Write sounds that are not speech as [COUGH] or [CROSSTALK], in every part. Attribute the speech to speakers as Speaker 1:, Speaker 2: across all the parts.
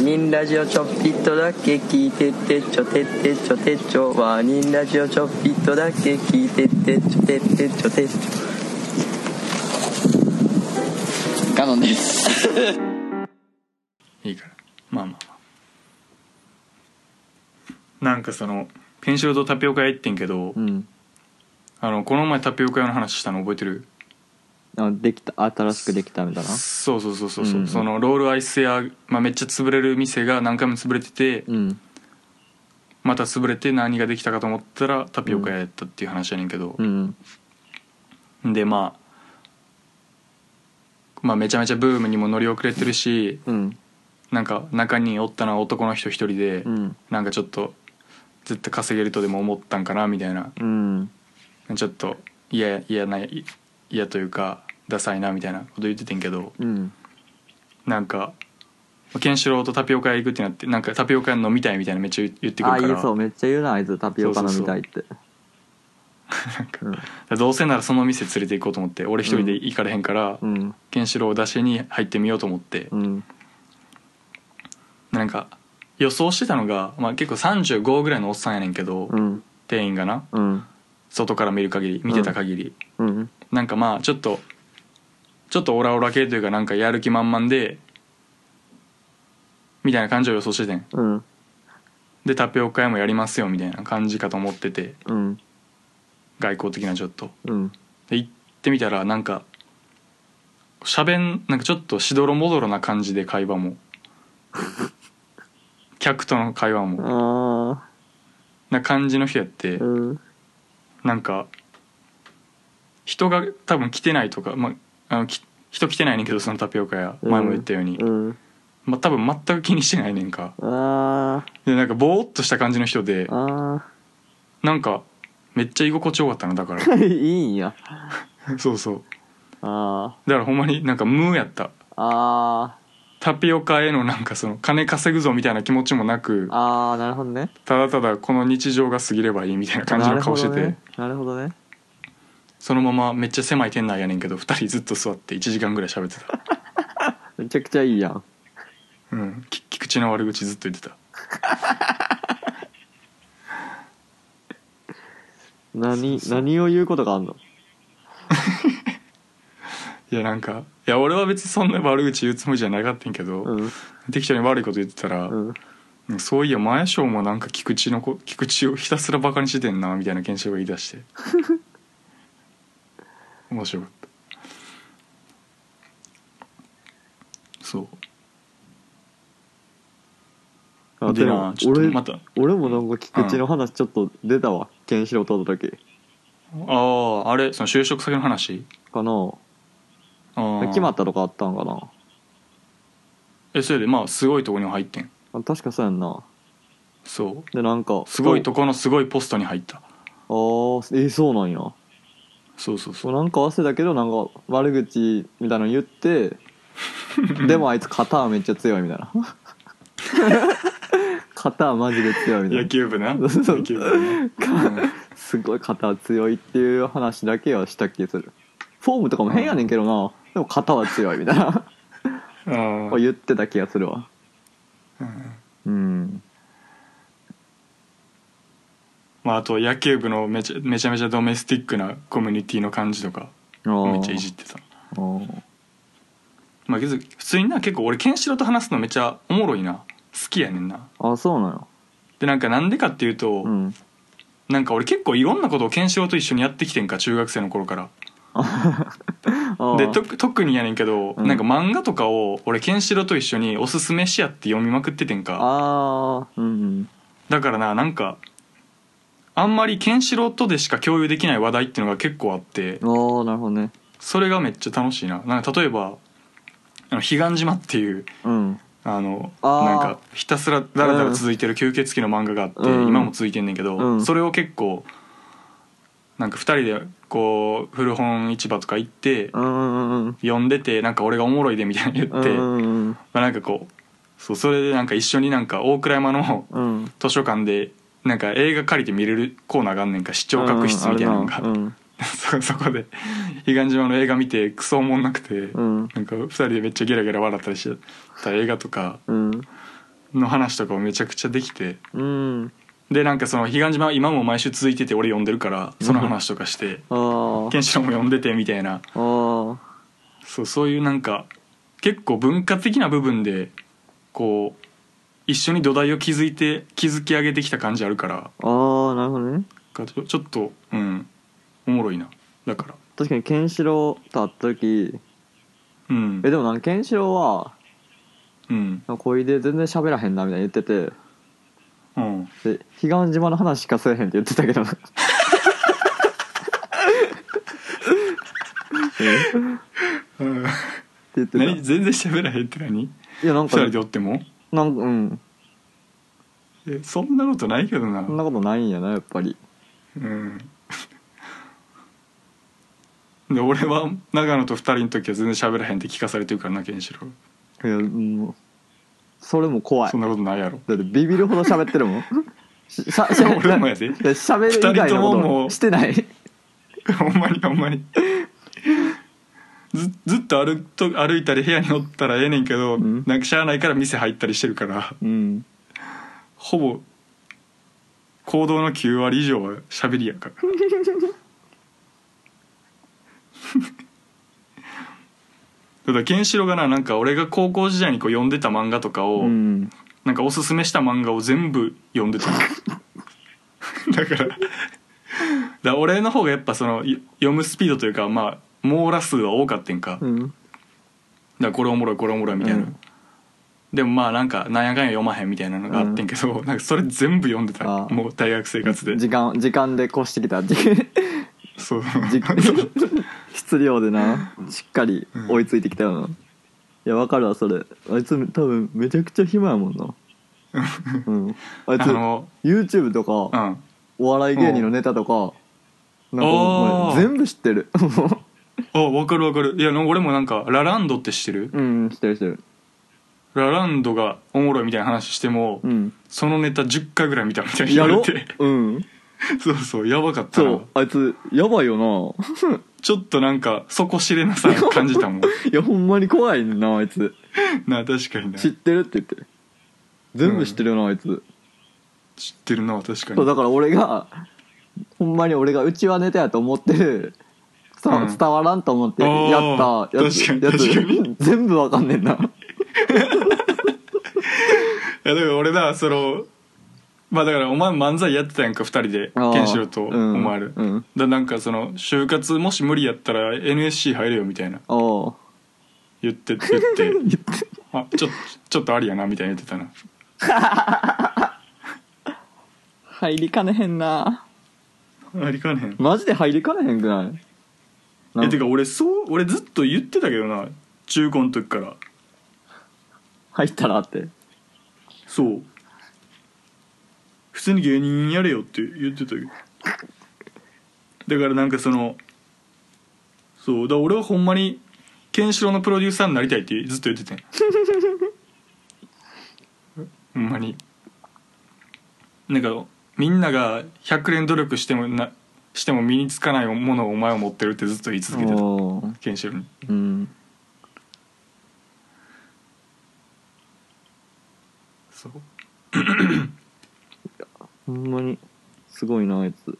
Speaker 1: 人ラジオちょっぴっとだけ聞いてってちょてってちょてっちょワーニンラジオちょっぴっとだけ聞いてってちょてってちょてっちょ
Speaker 2: ガノンです
Speaker 3: いいからまあまあまあなんかそのペンシルとタピオカ屋行ってんけど、
Speaker 1: うん
Speaker 3: あのこの前タピオカ屋の話したの覚えてる
Speaker 1: あできた新しくできたみたいな
Speaker 3: そうそうそうそう、
Speaker 1: うん
Speaker 3: う
Speaker 1: うん
Speaker 3: そのロールアイス屋、まあ、めっちゃ潰れる店が何回も潰れてて、
Speaker 1: うん
Speaker 3: また潰れて何ができたかと思ったらタピオカ屋やったっていう話やねんけど
Speaker 1: う、ん
Speaker 3: で、まあ、まあめちゃめちゃブームにも乗り遅れてるし
Speaker 1: うん
Speaker 3: なんか中におったのは男の人一人で、
Speaker 1: うん
Speaker 3: なんかちょっと絶対稼げるとでも思ったんかなみたいな
Speaker 1: うん
Speaker 3: ちょっと嫌や嫌ない嫌というかダサいなみたいなこと言っててんけど
Speaker 1: うん
Speaker 3: なんかケンシロウとタピオカ屋行くってなってなんかタピオカ屋飲みたいみたいなめっちゃ言言ってくる
Speaker 1: あ
Speaker 3: か
Speaker 1: いい
Speaker 3: ら
Speaker 1: そうめっちゃ言うなあいつタピオカ飲みたいって
Speaker 3: なんか
Speaker 1: うん
Speaker 3: どうせならその店連れて行こうと思って俺一人で行かれへんから、
Speaker 1: うん
Speaker 3: ケンシロウを出しに入ってみようと思って、
Speaker 1: うん
Speaker 3: なんか予想してたのが、まあ、結構35ぐらいのおっさんやねんけど、
Speaker 1: うん
Speaker 3: 店員がな
Speaker 1: うん
Speaker 3: 外から見る限り見てた限り、
Speaker 1: うん
Speaker 3: なんかまあちょっとちょっとオラオラ系というかなんかやる気満々でみたいな感じを予想しててん
Speaker 1: うん
Speaker 3: でタピオカ屋もやりますよみたいな感じかと思ってて
Speaker 1: うん
Speaker 3: 外交的なちょっと
Speaker 1: うん
Speaker 3: で行ってみたらなんかしゃべんなんかちょっとしどろもどろな感じで会
Speaker 1: [LAUGHS]
Speaker 3: 話も客との会話も
Speaker 1: あ
Speaker 3: な感じの人やって
Speaker 1: ーうん
Speaker 3: なんか人が多分来てないとか、まあ、あのき人来てないねんけどそのタピオカ屋前も言ったように、
Speaker 1: うん
Speaker 3: まあ、多分全く気にしてないねんか
Speaker 1: あー
Speaker 3: でなんかボーっとした感じの人で
Speaker 1: あ
Speaker 3: なんかめっちゃ居心地よかったのだか
Speaker 1: ー [LAUGHS] いいんや
Speaker 3: [LAUGHS] らそうそう
Speaker 1: あ
Speaker 3: だからほんまになんか無やった
Speaker 1: ああ
Speaker 3: タピオカへのなんかその金稼ぐぞみたいな気持ちもなく
Speaker 1: ーあーなるほどね
Speaker 3: ただただこの日常が過ぎればいいみたいな感じの顔してて、
Speaker 1: なるほどねなるほどね
Speaker 3: そのままめっちゃ狭い店内やねんけど2人ずっと座って1時間ぐらい喋ってた、
Speaker 1: めちゃくちゃいいやん
Speaker 3: うん、き菊池の悪口ずっと言ってた
Speaker 1: 何何を言うことがあんの
Speaker 3: いやなんかいや俺は別にそんな悪口言うつもりじゃなかったんやけど、
Speaker 1: うん
Speaker 3: 適当に悪いこと言ってたら、
Speaker 1: うん
Speaker 3: そういや前翔もなんか菊池の [LAUGHS] こ菊池をひたすらバカにしてんなみたいな検証が言い出して
Speaker 1: [LAUGHS]
Speaker 3: 面白かったそう
Speaker 1: あ
Speaker 3: で
Speaker 1: で
Speaker 3: な
Speaker 1: も
Speaker 3: ちょっと
Speaker 1: 俺
Speaker 3: またあ
Speaker 1: 俺もなんか菊池の話ちょっと出たわケンシロウとった時
Speaker 3: ああれその就職先の話
Speaker 1: かな
Speaker 3: ああ
Speaker 1: 決まったとかあったんかな
Speaker 3: えそれでまあすごいとこにも入ってん
Speaker 1: あ確かそうやんな
Speaker 3: そう
Speaker 1: でなんか
Speaker 3: すごいとこのすごいポストに入った
Speaker 1: あーえそうなんや
Speaker 3: そうそう
Speaker 1: そ
Speaker 3: そうう
Speaker 1: なんか忘れたけどなんか悪口みたいなの言って
Speaker 3: [LAUGHS]
Speaker 1: でもあいつ肩はめっちゃ強いみたいな肩はマジで強いみたい
Speaker 3: 野
Speaker 1: な
Speaker 3: 球部な
Speaker 1: そうそう
Speaker 3: 野球部ね
Speaker 1: すごい肩は強いっていう話だけはした気するフォームとかも変やねんけどな、でも肩は強いみたい
Speaker 3: [LAUGHS]
Speaker 1: な
Speaker 3: うん
Speaker 1: 言ってた気がするわ
Speaker 3: うん
Speaker 1: うん
Speaker 3: まああと野球部のめちゃめちゃめちゃドメスティックなコミュニティの感じとか
Speaker 1: あー
Speaker 3: めっちゃいじってた
Speaker 1: あー
Speaker 3: まあけど普通にな結構俺ケンシロウと話すのめっちゃおもろいな好きやねんな
Speaker 1: あそうなの
Speaker 3: でなんかなんでかっていうと、
Speaker 1: うん
Speaker 3: なんか俺結構いろんなことをケンシロウと一緒にやってきてんか中学生の頃から
Speaker 1: あー
Speaker 3: でと特にやねんけど、
Speaker 1: うん
Speaker 3: なんか漫画とかを俺ケンシロウと一緒におすすめしやって読みまくっててんか
Speaker 1: あーうん
Speaker 3: だからななんかあんまりケンシロウとでしか共有できない話題っていうのが結構あって
Speaker 1: うんああなるほどね
Speaker 3: それがめっちゃ楽しいななんか例えばあの彼岸島っていう
Speaker 1: うん
Speaker 3: あの
Speaker 1: あー
Speaker 3: なんかひたすらだらだら続いてる吸血鬼の漫画があって、
Speaker 1: うん
Speaker 3: 今も続いてんねんけど、
Speaker 1: うん
Speaker 3: それを結構なんか2人でこう古本市場とか行って
Speaker 1: うんうんうんうん
Speaker 3: 読んでてなんか俺がおもろいでみたいな
Speaker 1: う
Speaker 3: 言って、ま
Speaker 1: んうん
Speaker 3: あ、なんかこうそうそれでなんか一緒になんか大倉山の
Speaker 1: うん
Speaker 3: 図書館でなんか映画借りて見れるコーナーがあんねんか視聴覚室みたいなのが、
Speaker 1: うん
Speaker 3: [LAUGHS] そそこで彼岸島の映画見てクソおもんなくて、
Speaker 1: うん
Speaker 3: なんか2人でめっちゃゲラゲラ笑ったりしてた映画とか
Speaker 1: うん
Speaker 3: の話とかをめちゃくちゃできて
Speaker 1: うん
Speaker 3: でなんかその彼岸島は今も毎週続いてて俺読んでるからその話とかして
Speaker 1: あー
Speaker 3: ケンシロウも読んでてみたいな
Speaker 1: あー
Speaker 3: そうそういうなんか結構文化的な部分でこう一緒に土台を築いて築き上げてきた感じあるから
Speaker 1: あーなるほどね
Speaker 3: かちょちょっとうんおもろいなだから
Speaker 1: 確かにケンシロウと会った時
Speaker 3: うん
Speaker 1: えでもなんかケンシロウは
Speaker 3: うん
Speaker 1: なんか小出全然喋らへんなみたいに言ってて
Speaker 3: うん
Speaker 1: で彼岸島の話しかせえへんって言ってたけどなうんって言ってた
Speaker 3: 何
Speaker 1: い
Speaker 3: 全然喋らへんって何
Speaker 1: やなんか
Speaker 3: 二人でおっても
Speaker 1: なんかうん
Speaker 3: えそんなことないけどな
Speaker 1: そんなことないんやなやっぱり
Speaker 3: うん [LAUGHS] で俺は長野と二人の時は全然喋らへんって聞かされてるからなケンシロウ
Speaker 1: いやうんそれも怖い
Speaker 3: そんなことないやろ [LAUGHS]
Speaker 1: だってビビるほど喋ってるもんししゃしゃ
Speaker 3: 俺もやで
Speaker 1: い喋る以外のこ
Speaker 3: 二人ともも
Speaker 1: と
Speaker 3: う
Speaker 1: してない
Speaker 3: ほんまにほんまにずずっと歩くと歩いたり部屋におったらええねんけど、
Speaker 1: ん
Speaker 3: なんかしゃあないから店入ったりしてるから
Speaker 1: うん
Speaker 3: ほぼ行動の9割以上は喋りやからだからケンシロウがななんか俺が高校時代にこう読んでた漫画とかを、
Speaker 1: うん
Speaker 3: なんかおすすめした漫画を全部読ん
Speaker 1: [LAUGHS]
Speaker 3: でたのだからだから俺の方がやっぱそのい読むスピードというかまあ網羅数は多かってんか、
Speaker 1: う
Speaker 3: だか
Speaker 1: ん
Speaker 3: らこれおもろいこれおもろいみたいな、
Speaker 1: うん
Speaker 3: でもまあなんかなんやかんや読まへんみたいなのがあってんけど、なんかそれ全部読んでた
Speaker 1: あー
Speaker 3: もう大学生活で
Speaker 1: 時間時間で越してきた [LAUGHS] じ
Speaker 3: そう
Speaker 1: じ質量でなしっかり追いついてきたよな、いやわかるわそれあいつ多分めちゃくちゃ暇やもんなうんあい
Speaker 3: [LAUGHS] あ
Speaker 1: つ
Speaker 3: の
Speaker 1: YouTube と
Speaker 3: う
Speaker 1: か、
Speaker 3: ん
Speaker 1: お笑い芸人のネタとか、なんかもう
Speaker 3: あー
Speaker 1: 全部知って
Speaker 3: [LAUGHS]
Speaker 1: る
Speaker 3: あわかるわかるいやなんか俺もなんか「ラランド」って知ってる、
Speaker 1: うん知ってる知ってる
Speaker 3: ラランドがおもろいみたいな話しても、
Speaker 1: うん
Speaker 3: そのネタ10回ぐらい見たみたいに
Speaker 1: や
Speaker 3: 言われ
Speaker 1: ろ
Speaker 3: て
Speaker 1: うん
Speaker 3: [LAUGHS] そうそうやばかった
Speaker 1: そ
Speaker 3: な
Speaker 1: うあいつやばいよな
Speaker 3: [LAUGHS] ちょっとなんか底知れなさを感
Speaker 1: [LAUGHS]
Speaker 3: じたもん
Speaker 1: いやほんまに怖いなあいつ
Speaker 3: な確かにな
Speaker 1: 知っ
Speaker 3: 知
Speaker 1: てるって言って全部知ってるよな、あいつ
Speaker 3: ってるな確か
Speaker 1: そう
Speaker 3: に
Speaker 1: だから俺がほんまに俺がうちはネタやと思ってる伝わ,、
Speaker 3: うん
Speaker 1: 伝わらんと思って
Speaker 3: あー
Speaker 1: やったやつ
Speaker 3: 確か
Speaker 1: や
Speaker 3: に
Speaker 1: つ
Speaker 3: 確かに
Speaker 1: [LAUGHS] 全部わかんねんない
Speaker 3: やだから俺だそのまあだからお前漫才やってたやんか2人で
Speaker 1: あー
Speaker 3: ケンシロウとお
Speaker 1: うん
Speaker 3: 前る、
Speaker 1: うん
Speaker 3: だからなんかその就活もし無理やったら NSC 入れよみたいな
Speaker 1: おう
Speaker 3: 言って言ってあちょちょっとありやなみたいな言ってたな
Speaker 1: [LAUGHS] 入りかねへんな
Speaker 3: ありかねん
Speaker 1: マジで入りかねへんくないな
Speaker 3: え
Speaker 1: ん
Speaker 3: てか俺そう俺ずっと言ってたけどな中高の時から
Speaker 1: 入ったらって
Speaker 3: そう普通に芸人やれよって言ってたけどだからなんかそのそうだから俺はほんまにケンシロウのプロデューサーになりたいってずっと言っててんほんまになんかみんなが100連努力してもなしても身につかないものをお前は持ってるってずっと言い続けてた
Speaker 1: おう
Speaker 3: ケンシロウに
Speaker 1: うん
Speaker 3: そう
Speaker 1: ほんまにすごいなあいつ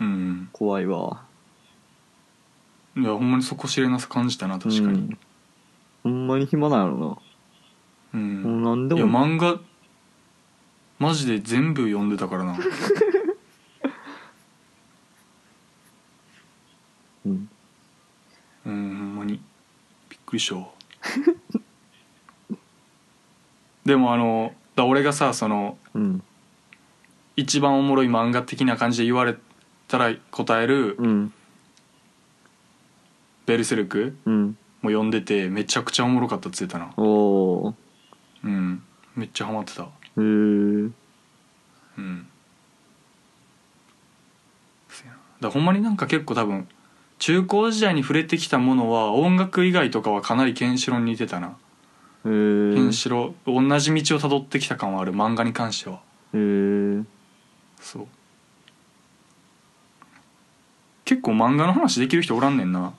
Speaker 3: うん
Speaker 1: 怖いわ
Speaker 3: いやほんまにそこ知れなさ感じたな確か
Speaker 1: う
Speaker 3: に
Speaker 1: んほんまに暇なんやろ
Speaker 3: うん
Speaker 1: な、もう何で
Speaker 3: いや
Speaker 1: も
Speaker 3: 漫画マジで全部読んでたからな [LAUGHS]
Speaker 1: うん
Speaker 3: うんほんまにびっくりしたわ [LAUGHS] でもあのだ俺がさその
Speaker 1: うん
Speaker 3: 一番おもろい漫画的な感じで言われたら答える
Speaker 1: うん
Speaker 3: 「ベルセルク
Speaker 1: うん」
Speaker 3: も読んでてめちゃくちゃおもろかったっつってたな
Speaker 1: おお
Speaker 3: うんめっちゃハマってた
Speaker 1: へえ
Speaker 3: うんせやなだからほんまになんか結構多分中高時代に触れてきたものは音楽以外とかはかなりケンシロウに似てたな
Speaker 1: へ
Speaker 3: ケ
Speaker 1: え
Speaker 3: ンシロウ同じ道をたどってきた感はある漫画に関しては
Speaker 1: へえ
Speaker 3: そう結構漫画の話できる人おらんねんな
Speaker 1: ああ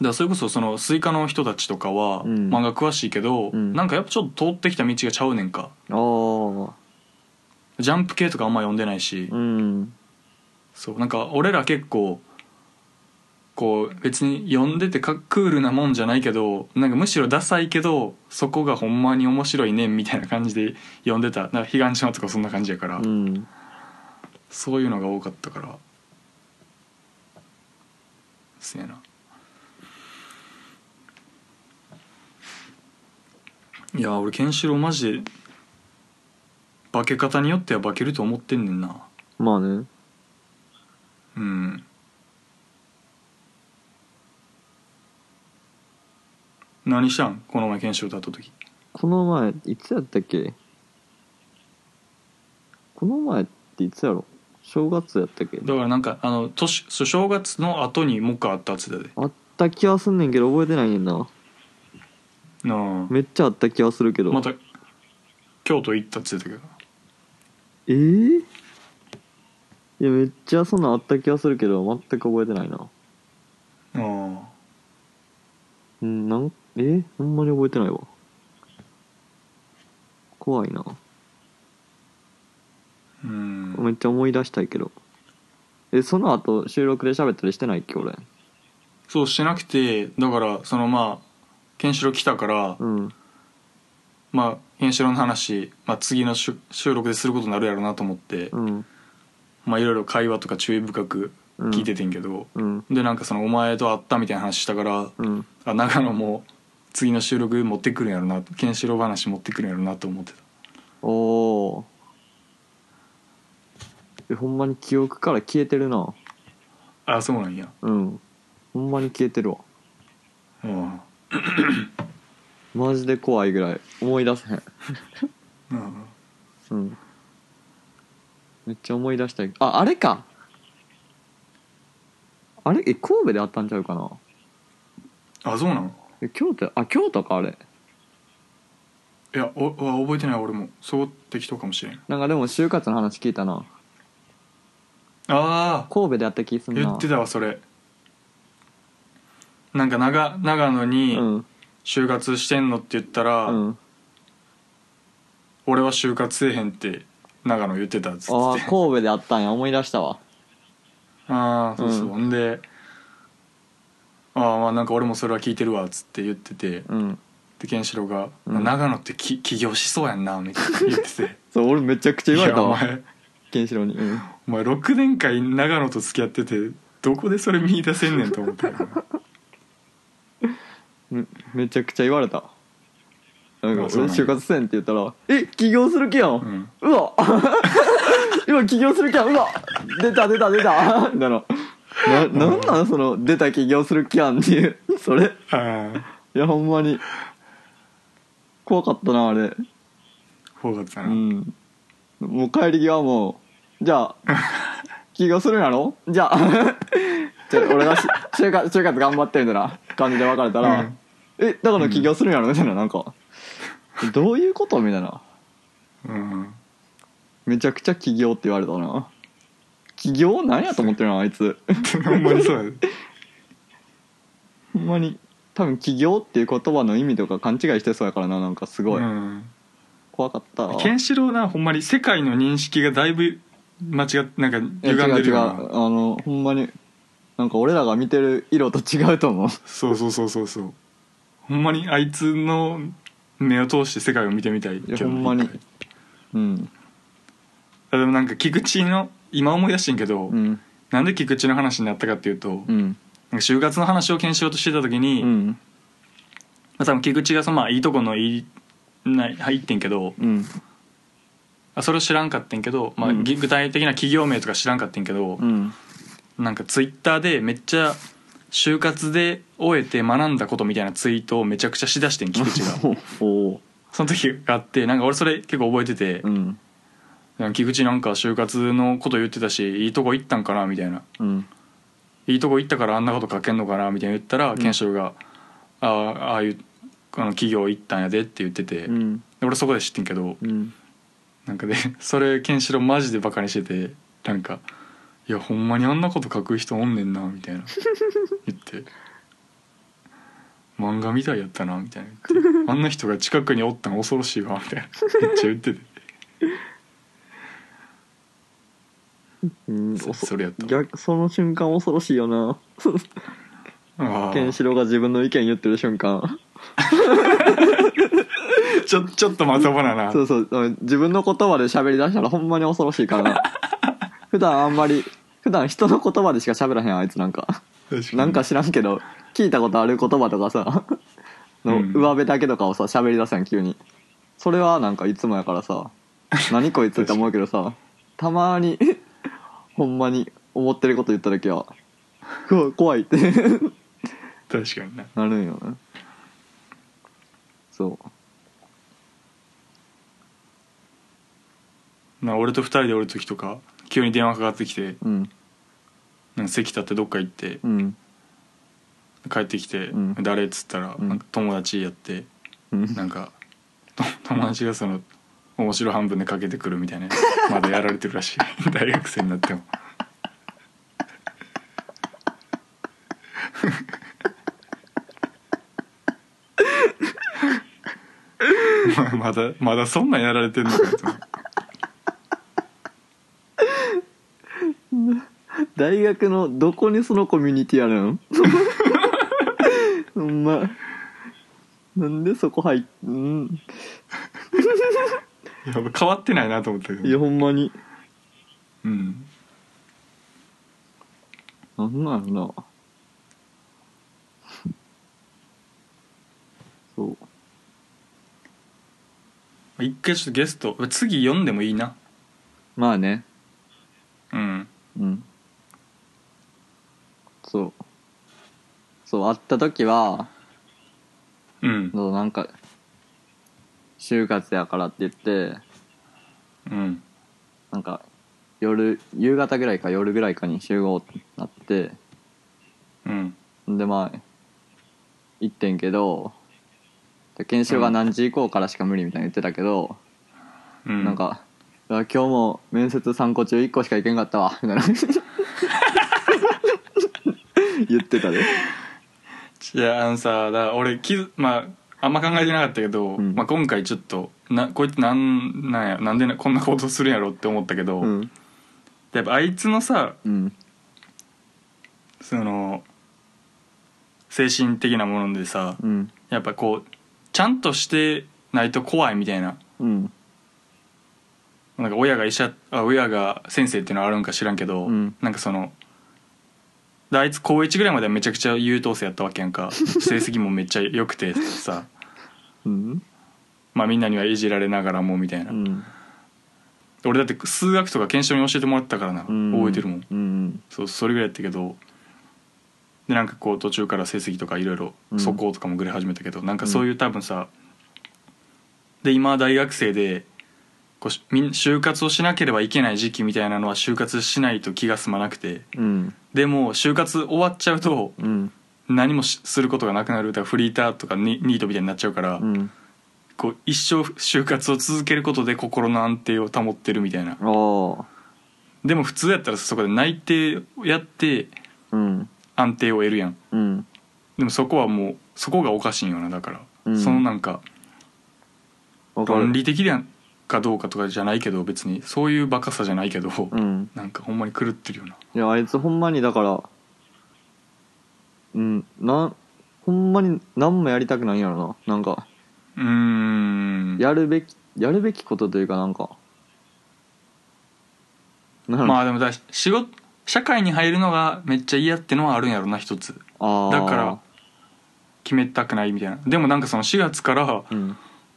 Speaker 3: だからそれこそそのスイカの人たちとかは
Speaker 1: うん
Speaker 3: 漫画詳しいけど、
Speaker 1: うん
Speaker 3: なんかやっぱちょっと通ってきた道がちゃうねんか
Speaker 1: ああ
Speaker 3: ジャンプ系とかあんま読んでないし、
Speaker 1: うん
Speaker 3: そうなんか俺ら結構こう別に読んでてかクールなもんじゃないけどなんかむしろダサいけどそこがほんまに面白いねんみたいな感じで読んでたなんか彼岸島とかそんな感じやから、
Speaker 1: うん
Speaker 3: そういうのが多かったからせやないや俺ケンシロウマジで化け方によっては化けると思ってんねんな
Speaker 1: まあね
Speaker 3: うん何したんこの前検証と会った時
Speaker 1: この前いつやったっけこの前っていつやろ正月やったっけ
Speaker 3: だからなんかあの年そう正月の後にもう一回会ったっつってたで
Speaker 1: あった気はすんねんけど覚えてないねんな
Speaker 3: な
Speaker 1: めっちゃあった気はするけ
Speaker 3: あ
Speaker 1: ど
Speaker 3: また京都行ったっつってたけど
Speaker 1: えー、いやめっちゃそんなんあった気はするけど全く覚えてないな
Speaker 3: ああ
Speaker 1: うんなんえー、ほんまに覚えてないわ怖いな
Speaker 3: うん
Speaker 1: めっちゃ思い出したいけどえその後収録で喋ったりしてないっけ俺
Speaker 3: そうしてなくてだからそのまあケンシロウ来たから、
Speaker 1: うん
Speaker 3: まあケンシロウの話、まあ、次の収収録ですることになるやろうなと思って、
Speaker 1: うん
Speaker 3: まあいろいろ会話とか注意深く聞いててんけど、
Speaker 1: うん
Speaker 3: でなんかそのお前と会ったみたいな話したから、
Speaker 1: うん
Speaker 3: あ長野も次の収録持ってくるんやろなケンシロウ話持ってくるんやろなと思ってた
Speaker 1: おおえほんまに記憶から消えてるな
Speaker 3: あそうなんや
Speaker 1: うんほんまに消えてるわ
Speaker 3: うん
Speaker 1: マジで怖いぐらい思い出せへん
Speaker 3: うん
Speaker 1: うんめっちゃ思い出したいああれかあれえ神戸であったんちゃうかな
Speaker 3: あそうなの
Speaker 1: え京都あ京都かあれ
Speaker 3: いやおあ覚えてない俺もそう適当かもしれん
Speaker 1: なんかでも就活の話聞いたな
Speaker 3: ああ
Speaker 1: 神戸であった気すんな
Speaker 3: 言ってたわそれなんか長長野に
Speaker 1: うん
Speaker 3: 就活してんのって言ったら、
Speaker 1: うん
Speaker 3: 俺は就活せえへんって長野言ってたっつって
Speaker 1: ああ神戸であったんや思い出したわ
Speaker 3: ああそうそう、
Speaker 1: うん
Speaker 3: ほんでああまあなんか俺もそれは聞いてるわっつって言ってて、
Speaker 1: うん
Speaker 3: でケンシロウが、
Speaker 1: うん
Speaker 3: 長野ってき起業しそうやんな」みたいな言
Speaker 1: [LAUGHS]
Speaker 3: ってて
Speaker 1: そう俺めちゃくちゃ言われた
Speaker 3: いやお
Speaker 1: わ
Speaker 3: 前
Speaker 1: ケンシロウにうん
Speaker 3: お前6年間長野と付き合っててどこでそれ見出せんねんと思って
Speaker 1: [LAUGHS] めめちゃくちゃ言われたなんか
Speaker 3: あ
Speaker 1: 俺
Speaker 3: そうなんや
Speaker 1: 就活せんって言ったら「え起業する気やん、
Speaker 3: う
Speaker 1: うんわ [LAUGHS] 今起業する気やんうわ出た出た出た」みたい [LAUGHS] な「ななんなんその出た起業する気やん」っていうそれ
Speaker 3: ああ
Speaker 1: いやほんまに怖かったなあれ
Speaker 3: 怖かった
Speaker 1: う
Speaker 3: な、
Speaker 1: んもう帰り際もうじゃあ起業するんやろじゃ [LAUGHS] あちょ俺がし就活就活頑張ってみたいな感じで別れたら「
Speaker 3: うん
Speaker 1: えだから起業するんやろ?」みたいななんか「どういうこと?」みたいな
Speaker 3: うん、 [LAUGHS]
Speaker 1: めちゃくちゃ起業って言われたな起業なんやと思ってるなあいつ [LAUGHS]
Speaker 3: ほんまにそうやで
Speaker 1: ほんまに多分起業っていう言葉の意味とか勘違いしてそうやからななんかすごい、
Speaker 3: うん
Speaker 1: 怖かったわ
Speaker 3: ケンシロウなほんまに世界の認識がだいぶ間違っなんか
Speaker 1: いや
Speaker 3: 歪んで
Speaker 1: 違
Speaker 3: るよ
Speaker 1: う違
Speaker 3: な
Speaker 1: うあのほんまになんか俺らが見てる色と違うと思う
Speaker 3: そうそうそうそうそうほんまにあいつの目を通して世界を見てみたい
Speaker 1: いやほんまにうん
Speaker 3: あでもなんか菊池の今思い出してんけど、
Speaker 1: うん
Speaker 3: なんで菊池の話になったかっていうと、なんか
Speaker 1: うん
Speaker 3: 就活の話を検証としてた時に、
Speaker 1: う
Speaker 3: ま
Speaker 1: ん
Speaker 3: あ、多分菊池がそのまあいいとこのいいない入ってんけど
Speaker 1: うん
Speaker 3: あそれを知らんかってんけど、まあ、
Speaker 1: うん
Speaker 3: ぎ具体的な企業名とか知らんかってんけど、
Speaker 1: うん
Speaker 3: なんかツイッターでめっちゃ就活で終えて学んだことみたいなツイートをめちゃくちゃしだしてん菊池
Speaker 1: [LAUGHS]
Speaker 3: が
Speaker 1: おお
Speaker 3: その時があってなんか俺それ結構覚えてて
Speaker 1: う、ん
Speaker 3: なんか菊池なんか就活のこと言ってたしいいとこ行ったんかなみたいな
Speaker 1: うん
Speaker 3: いいとこ行ったからあんなこと書けんのかなみたいな言ったら、ケンシロウが「ああああいうあの企業行ったんやで」って言ってて、
Speaker 1: うん
Speaker 3: で俺そこで知ってんけど
Speaker 1: うん
Speaker 3: なんかで [LAUGHS] それケンシロウマジでバカにしててなんか「いやほんまにあんなこと書く人おんねんな」みたいな言って漫画みたいやったなみたいな言
Speaker 1: [LAUGHS]
Speaker 3: ってあんな人が近くにおったん恐ろしいわみたいなめっちゃ言ってて
Speaker 1: うん
Speaker 3: そ
Speaker 1: おそ
Speaker 3: それやった
Speaker 1: 逆その瞬間恐ろしいよな
Speaker 3: あ
Speaker 1: ケン
Speaker 3: ー
Speaker 1: シロウが自分の意見言ってる瞬間
Speaker 3: ちょちょっとまともだな
Speaker 1: そうそううん自分の言葉で喋り出したらほんまに恐ろしいからな普段あんまり普段人の言葉でしか喋らへんあいつなんか
Speaker 3: 確に
Speaker 1: なんか知らんけど聞いたことある言葉とかさの
Speaker 3: うん
Speaker 1: 上辺だけとかをさ喋り出すやん急にそれはなんかいつもやからさ何こいつって思うけどさたまに [LAUGHS] ほんまに思ってること言った時はうわ怖いって [LAUGHS]
Speaker 3: 確かにな
Speaker 1: なるんよねそう
Speaker 3: な俺と二人でおる時とか急に電話かかってきて
Speaker 1: うん
Speaker 3: なんか席立ってどっか行って
Speaker 1: うん
Speaker 3: 帰ってきて「
Speaker 1: うん
Speaker 3: 誰?」っつったら、
Speaker 1: うん
Speaker 3: なんか友達やって
Speaker 1: うん
Speaker 3: なんかと友達がその面白半分でかけてくる
Speaker 1: [LAUGHS]
Speaker 3: みたいなやつまだやられてるらしい [LAUGHS] 大学生になってもお前まだまだそんなんやられてんのかと思って
Speaker 1: 大学のどこにそのコミュニティあるんほんまなんでそこ入っうん
Speaker 3: やっぱ変わってないなと思ったけ
Speaker 1: いや
Speaker 3: ど、
Speaker 1: ほんまに
Speaker 3: うん、
Speaker 1: なんなんやろなそう
Speaker 3: 一回ちょっとゲスト次読んでもいいな
Speaker 1: まあね
Speaker 3: うん
Speaker 1: うんそうそう会った時は
Speaker 3: うん
Speaker 1: そうなんか就活やからって言って
Speaker 3: うん
Speaker 1: なんか夜夕方ぐらいか夜ぐらいかに集合ってなって
Speaker 3: うん
Speaker 1: でまあ行ってんけどで研修が何時以降からしか無理みたいに言ってたけど、
Speaker 3: うん
Speaker 1: なんか「あ今日も面接3個中1個しか行けんかったわ」みたいな [LAUGHS] 言ってたで
Speaker 3: いやあのさだから俺きまああんま考えてなかったけど、
Speaker 1: うん
Speaker 3: まあ、今回ちょっとなこいつなんなんやなんでなこんなことするんやろって思ったけど、
Speaker 1: うん
Speaker 3: やっぱあいつのさ
Speaker 1: うん
Speaker 3: その精神的なものでさ
Speaker 1: うん
Speaker 3: やっぱこうちゃんとしてないと怖いみたいな
Speaker 1: うん
Speaker 3: なんか親が医者あ親が先生っていうのはあるんか知らんけど、
Speaker 1: うん
Speaker 3: なんかそのであいつ高1ぐらいまではめちゃくちゃ優等生やったわけや
Speaker 1: [LAUGHS]
Speaker 3: んか成績もめっちゃ良くてさ、
Speaker 1: うん
Speaker 3: まあ、みんなにはいじられながらもみたいな、
Speaker 1: うん
Speaker 3: 俺だって数学とか検証に教えてもらったからな、
Speaker 1: うん
Speaker 3: 覚えてるもん
Speaker 1: うん
Speaker 3: そうそれぐらいやったけどでなんかこう途中から成績とかいろいろ
Speaker 1: うん
Speaker 3: 速攻とかもぐれ始めたけど、なんかそういう多分さで今大学生でこうしみん就活をしなければいけない時期みたいなのは就活しないと気が済まなくて
Speaker 1: うん
Speaker 3: でも就活終わっちゃうと
Speaker 1: うん
Speaker 3: 何もしすることがなくなるだからフリーターとかニニートみたいになっちゃうから、
Speaker 1: うん
Speaker 3: こう一生就活を続けることで心の安定を保ってるみたいな
Speaker 1: おー
Speaker 3: でも普通やったらそこで内定をやって
Speaker 1: うん
Speaker 3: 安定を得るやん
Speaker 1: うん
Speaker 3: でもそこはもうそこがおかしいんよなだから、
Speaker 1: うん
Speaker 3: そのなんか
Speaker 1: わか
Speaker 3: 論
Speaker 1: る
Speaker 3: 理的ではかどうかとかじゃないけど別にそういうバカさじゃないけど、
Speaker 1: うん
Speaker 3: なんかほんまに狂ってるよない
Speaker 1: やあいつほんまにだからうんなんほんまに何もやりたくないんやろななんか
Speaker 3: うーん
Speaker 1: やるべきやるべきことというかなんかな
Speaker 3: まあでもだ仕事社会に入るのがめっちゃ嫌ってのはあるんやろな一つ
Speaker 1: あ
Speaker 3: だから決めたくないみたいなでもなんかその4月からも
Speaker 1: らうん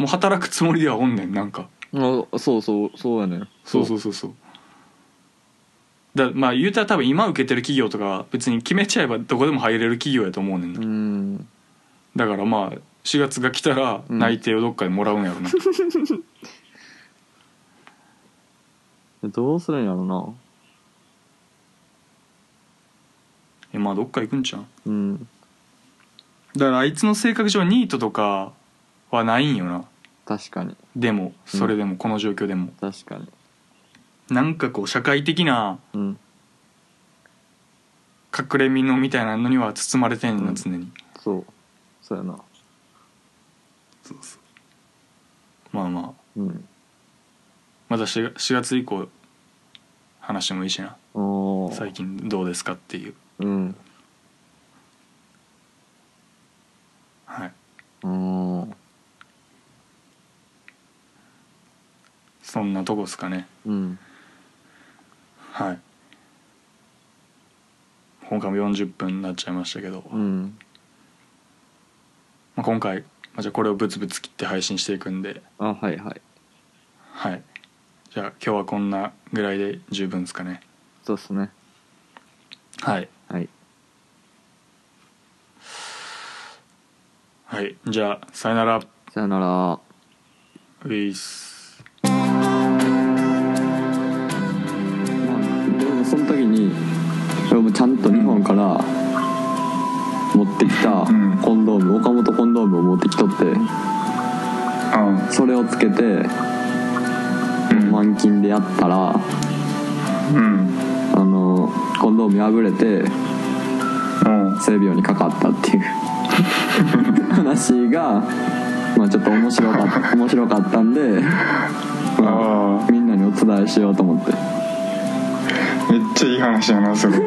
Speaker 3: う働くつもりではおんねんなんか
Speaker 1: あそうそうそうやね
Speaker 3: そうそうそうそうだまあ言うたら多分今受けてる企業とかは別に決めちゃえばどこでも入れる企業やと思うねんな、
Speaker 1: うん
Speaker 3: だからまあ4月が来たら
Speaker 1: うん
Speaker 3: 内定をどっかでもらうんやろな、
Speaker 1: どうするんやろな
Speaker 3: えまあどっか行くんちゃう
Speaker 1: うん
Speaker 3: だからあいつの性格上ニートとかはないんよな
Speaker 1: 確かに
Speaker 3: でもそれでもこの状況でも、
Speaker 1: 確かに
Speaker 3: なんかこう社会的な
Speaker 1: うん
Speaker 3: 隠れ身のみたいなのには包まれてんの
Speaker 1: うん
Speaker 3: 常に、
Speaker 1: そうそうやな
Speaker 3: そうそうまあまあ
Speaker 1: うん
Speaker 3: また 4, 4月以降話してもいいしな
Speaker 1: おお
Speaker 3: 最近どうですかっていう
Speaker 1: うん
Speaker 3: はい
Speaker 1: うん
Speaker 3: そんなとこですかね
Speaker 1: うん
Speaker 3: はい本回も40分になっちゃいましたけど、
Speaker 1: うん
Speaker 3: まあ、今回、まあ、じゃあこれをブツブツ切って配信していくんで
Speaker 1: あはいはい
Speaker 3: はいじゃあ今日はこんなぐらいで十分ですかね
Speaker 1: そうっすね
Speaker 3: はい
Speaker 1: はい
Speaker 3: はいじゃあさよなら
Speaker 1: さよなら
Speaker 3: ウィス
Speaker 1: でもその時に俺もちゃんと日本から持ってきた
Speaker 4: ん
Speaker 1: コンドーム、岡本コンドームを持ってきとって
Speaker 4: あ
Speaker 1: それをつけて
Speaker 4: うん
Speaker 1: 満勤でやったらあ
Speaker 4: うん
Speaker 1: のコンドーム破れて
Speaker 4: うん
Speaker 1: 性病にかかったっていう話が、まあ、ちょっと面白かった面白かったんで、ま
Speaker 4: あ
Speaker 1: あ、みんなにお伝えしようと思って
Speaker 4: あめっちゃいい話やなそれ